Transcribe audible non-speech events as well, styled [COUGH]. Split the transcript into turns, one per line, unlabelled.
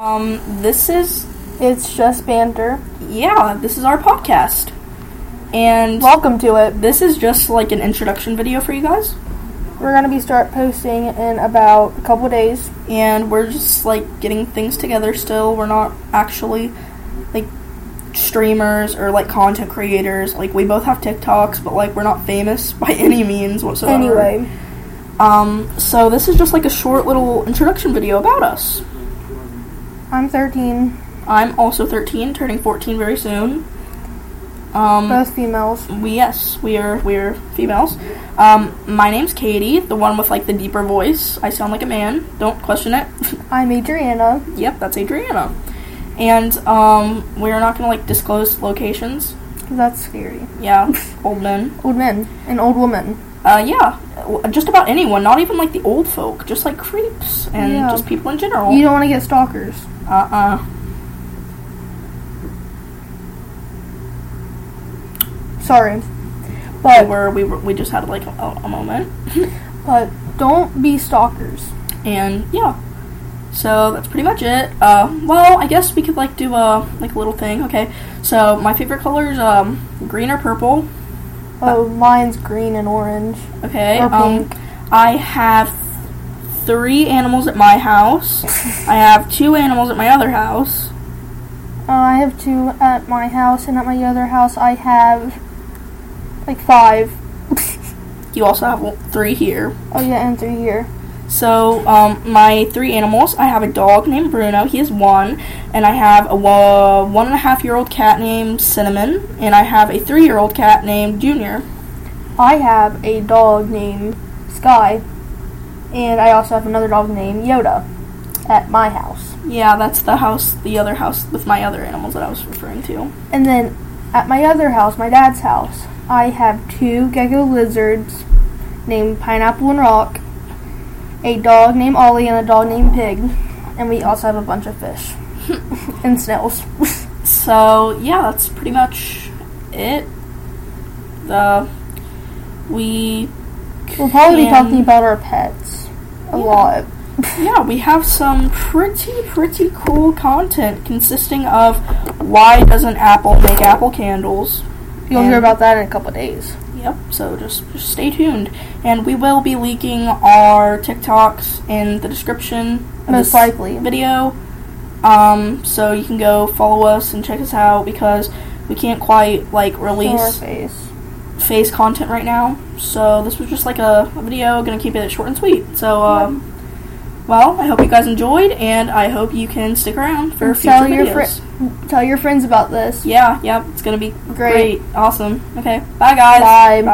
Um, this is,
It's just banter.
yeah, this is our podcast. And
Welcome to it.
this is just like an introduction video for you guys.
We're gonna be start posting in about a couple days.
And we're just like getting things together still. We're not actually like streamers or like content creators. Like, we both have TikToks, but like, we're not famous [LAUGHS] by any means whatsoever.
Anyway,
Um, so this is just like a short little introduction video about us.
I'm 13.
I'm also 13, turning 14 very soon. Um,
Both females.
We, yes, we are we are females. Um, my name's Katie, the one with like the deeper voice. I sound like a man. Don't question it. [LAUGHS]
I'm Adriana.
yep, that's Adriana. And um, we're not gonna like disclose locations.
That's scary. [LAUGHS]
Yeah, old men.
Old men. An old woman.
Uh, yeah, w- just about anyone. Not even like the old folk. Just like creeps and
Yeah.
just people in general.
You don't want to get stalkers.
uh uh.
Sorry.
But
But
we're, we were, we just had like a, a moment.
but don't be stalkers.
and yeah so that's pretty much it uh, well i guess we could like do a like a little thing okay so my favorite color is um, green or purple
Oh, mine's green and orange.
okay
Or
um,
pink.
i have three animals at my
[LAUGHS]
house i have two animals at my other house
Uh, I have two at my house, and at my other house, I have like five. [LAUGHS]
you also have one- three here
oh yeah, and three here.
so um, my three animals i have a dog named bruno he is one and i have a wa- one and a half year old cat named cinnamon and i have a three year old cat named junior
I have a dog named Sky, and I also have another dog named Yoda at my house.
Yeah, that's the house, the other house with my other animals that I was referring to.
And then at my other house, my dad's house, I have two gecko lizards named Pineapple and Rock, a dog named Ollie, and a dog named Pig. And we also have a bunch of
[LAUGHS]
fish and snails.
So yeah, that's pretty much it. The we
we'll probably be
And-
talking about our pets a
Yeah.
lot.
yeah we have some pretty pretty cool content consisting of why doesn't Apple make Apple candles?
You'll
And-
hear about that in a couple days.
Yep. So just, just stay tuned, and we will be leaking our TikToks in the description. Of
Most
this
likely.
Video. Um. So you can go follow us and check us out because we can't quite like
In our
release
face.
face content right now. So this was just like a, a video. Gonna keep it short and sweet. So um. Well, I hope you guys enjoyed, and I hope you can stick around for
And
future
tell your
videos.
fri- tell your friends about this.
yeah. Yep. It's gonna be
Great.
great. Awesome. Okay. Bye, guys.
Bye.